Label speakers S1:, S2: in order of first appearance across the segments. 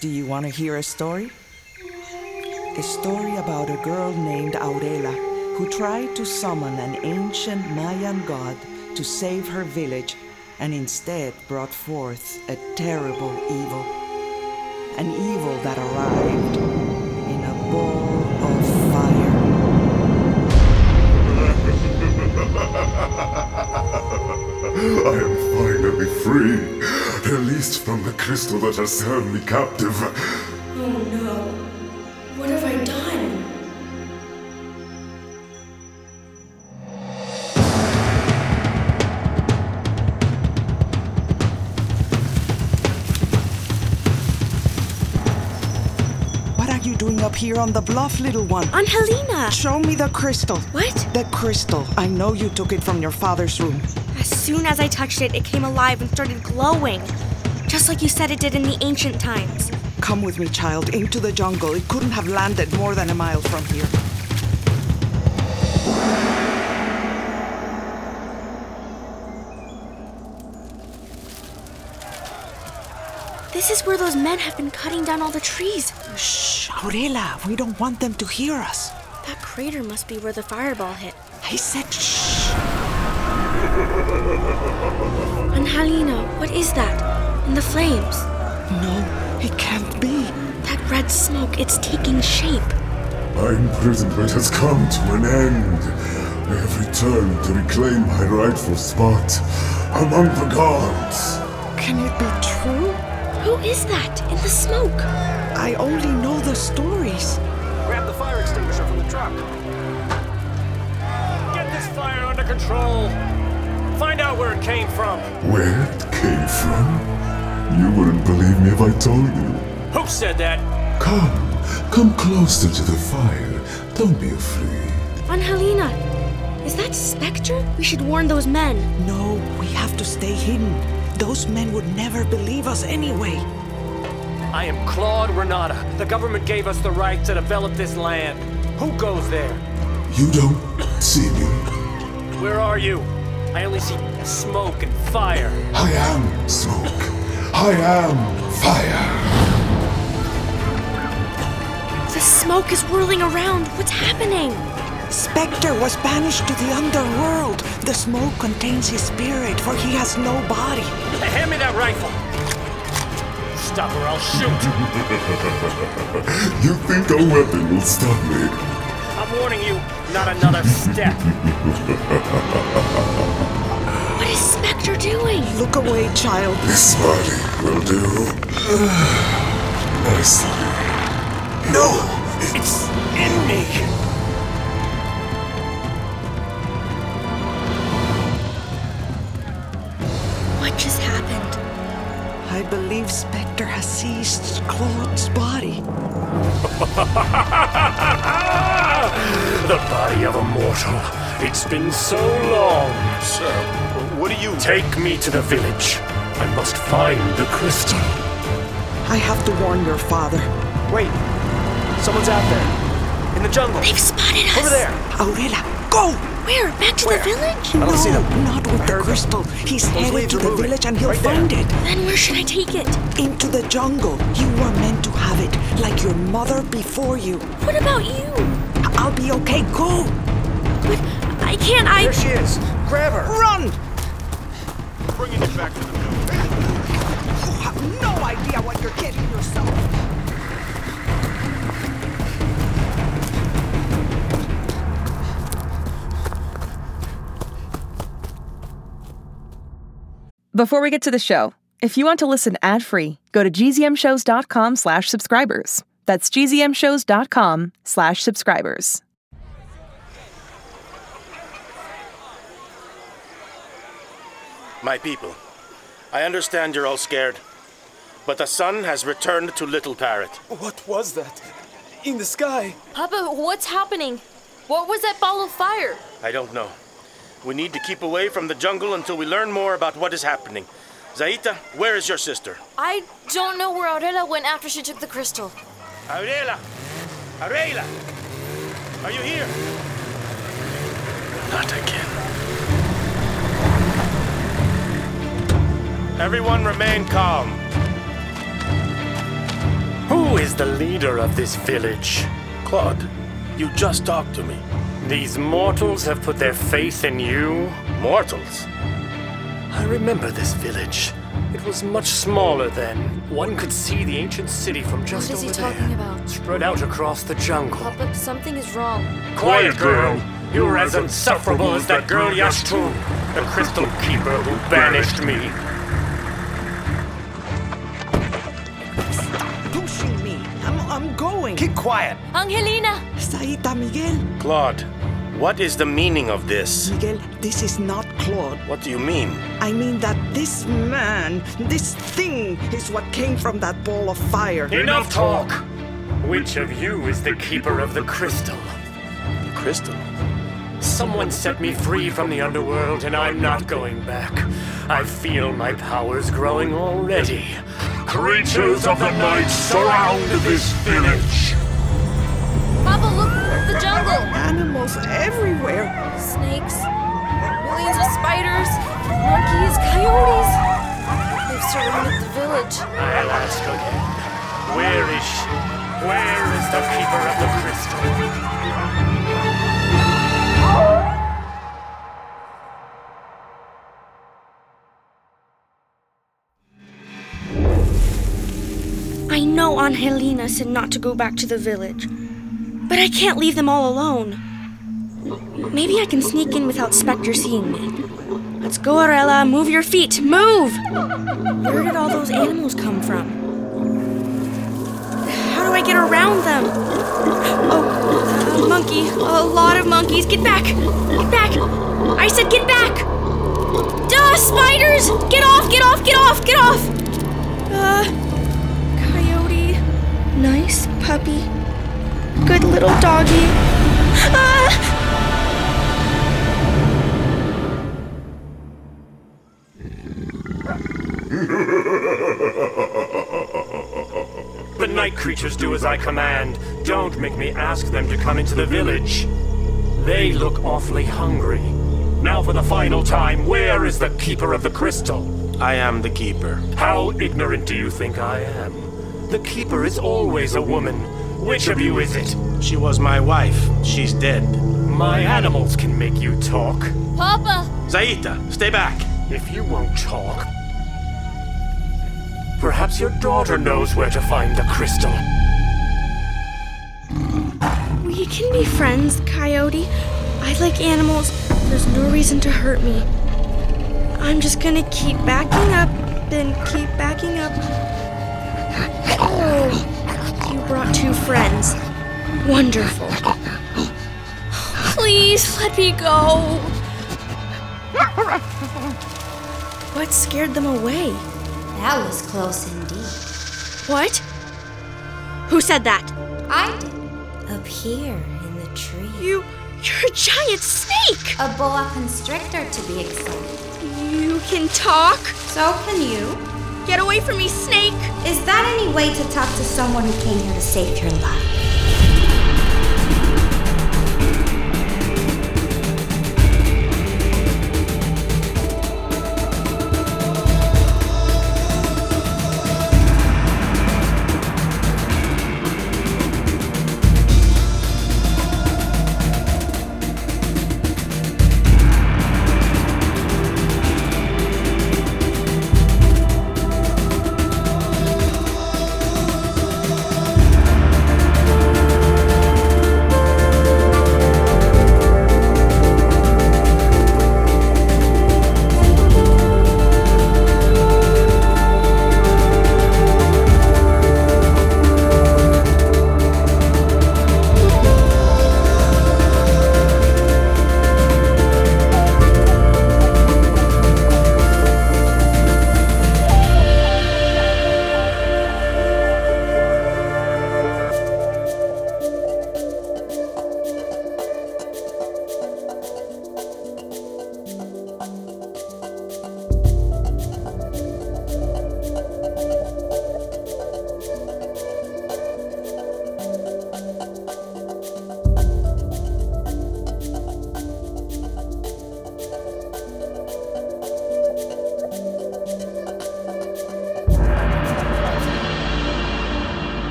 S1: Do you want to hear a story? A story about a girl named Aurela who tried to summon an ancient Mayan god to save her village and instead brought forth a terrible evil. An evil that arrived in a ball of fire.
S2: I am finally free, released from the crystal that has held me captive.
S3: Oh no. What have I done?
S1: What are you doing up here on the bluff, little one?
S4: On Helena!
S1: Show me the crystal.
S4: What?
S1: The crystal. I know you took it from your father's room.
S4: As soon as I touched it, it came alive and started glowing. Just like you said it did in the ancient times.
S1: Come with me, child, into the jungle. It couldn't have landed more than a mile from here.
S4: This is where those men have been cutting down all the trees.
S1: Shh, Aurela, we don't want them to hear us.
S4: That crater must be where the fireball hit.
S1: I said shh.
S4: On Helena, what is that? And the flames.
S1: No, it can't be.
S4: That red smoke, it's taking shape.
S2: My imprisonment has come to an end. I have returned to reclaim my rightful spot among the gods.
S1: Can it be true?
S4: Who is that in the smoke?
S1: I only know the stories.
S5: Grab the fire extinguisher from the truck. Get this fire under control. Find out where it came from.
S2: Where it came from? You wouldn't believe me if I told you.
S5: Who said that?
S2: Come, come closer to the fire. Don't be afraid.
S4: On Helena. Is that Spectre? We should warn those men.
S1: No, we have to stay hidden. Those men would never believe us anyway.
S5: I am Claude Renata. The government gave us the right to develop this land. Who goes there?
S2: You don't see me.
S5: Where are you? I only see smoke and fire.
S2: I am smoke. I am fire.
S4: The smoke is whirling around. What's happening?
S1: Spectre was banished to the underworld. The smoke contains his spirit, for he has no body.
S5: Hand me that rifle. Stop or I'll shoot.
S2: You think a weapon will stop me?
S5: I'm warning you, not another step.
S4: What is Spectre doing?
S1: Look away, child.
S2: This body will do. Nicely. No! It's.
S5: In me.
S4: What just happened?
S1: I believe Spectre has seized Claude's body.
S5: The body of a mortal. It's been so long. Sir, what do you. Take me to the village. I must find the crystal.
S1: I have to warn your father.
S5: Wait. Someone's out there. In the jungle.
S4: They've spotted us.
S5: Over there.
S1: Aurela, go!
S4: Where? Back to the village?
S5: I don't see them.
S1: Not with the
S5: heard them.
S1: crystal. He's headed
S5: leaves
S1: to
S5: are
S1: the
S5: moving.
S1: village and he'll
S5: Right there.
S1: find it.
S4: Then where should I take it?
S1: Into the jungle. You were meant to have it, like your mother before you.
S4: What about you?
S1: I'll be okay. Go!
S4: But I can't. I.
S5: There she is. Grab her.
S1: Run!
S5: Bringing it back to the village.
S1: You have no idea what you're getting yourself.
S6: Before we get to the show, if you want to listen ad-free, go to gzmshows.com slash subscribers. That's gzmshows.com slash subscribers.
S7: My people, I understand you're all scared, but the sun has returned to Little Parrot.
S8: What was that? In the sky?
S9: Papa, what's happening? What was that ball of fire?
S7: I don't know. We need to keep away from the jungle until we learn more about what is happening. Zaita, where is your sister?
S9: I don't know where Aurela went after she took the crystal.
S7: Aurela! Aurela! Are you here?
S5: Not again.
S7: Everyone remain calm.
S5: Who is the leader of this village?
S7: Claude, you just talked to me.
S5: These mortals have put their faith in you?
S7: Mortals?
S5: I remember this village. It was much smaller then. One could see the ancient city from just
S9: What is he
S5: over
S9: talking
S5: there,
S9: about?
S5: spread out across the jungle.
S9: Papa, something is wrong.
S5: Quiet, girl! You're as insufferable as that girl Yashtu, the crystal keeper who banished me.
S1: Pushing me. I'm, I'm going.
S10: Keep quiet.
S9: Angelina!
S1: Saita, Miguel.
S7: Claude, what is the meaning of this?
S1: Miguel, this is not Claude.
S7: What do you mean?
S1: I mean that this man, this thing, is what came from that ball of fire.
S5: Enough talk! Which of you is the keeper of the crystal?
S7: Crystal.
S5: Someone set me free from the underworld, and I'm not going back. I feel my powers growing already.
S2: Creatures of the night surround this village.
S9: Papa, look! The jungle!
S1: Animals everywhere.
S9: Snakes, millions of spiders, monkeys, coyotes. They've surrounded the village.
S5: I'll ask again. Where is she? Where is the keeper of the crystal?
S4: I know Angelina said not to go back to the village, but I can't leave them all alone. Maybe I can sneak in without Spectre seeing me. Let's go, Arella. Move your feet. Move! Where did all those animals come from? How do I get around them? Oh, a monkey. A lot of monkeys. Get back! Get back! I said get back! Duh, spiders! Get off! Get off! Get off! Get off! Uh, coyote. Nice puppy. Good little doggy. Ah!
S5: The night creatures do as I command. Don't make me ask them to come into the village. They look awfully hungry. Now, for the final time, where is the keeper of the crystal?
S7: I am the keeper.
S5: How ignorant do you think I am? The keeper is always a woman. Which of you is it?
S7: She was my wife. She's dead.
S5: My animals can make you talk.
S9: Papa!
S7: Zaita, stay back.
S5: If you won't talk, perhaps your daughter knows where to find the crystal.
S4: We can be friends, Coyote. I like animals. There's no reason to hurt me. I'm just gonna keep backing up, then keep backing up. Oh, you brought two friends. Wonderful.
S9: Please let me go!
S4: What scared them away?
S11: That was close indeed.
S4: What? Who said that?
S11: I did. Up here in the tree.
S4: You. You're a giant snake!
S11: A boa constrictor, to be exact.
S4: You can talk?
S11: So can you.
S4: Get away from me, snake!
S11: Is that any way to talk to someone who came here to save your life?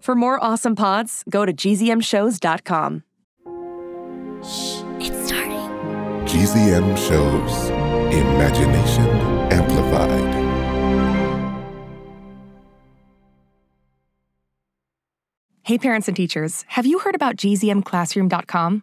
S6: For more awesome pods, go to gzmshows.com.
S4: It's starting.
S10: GZM shows Imagination Amplified.
S6: Hey, parents and teachers, have you heard about gzmclassroom.com?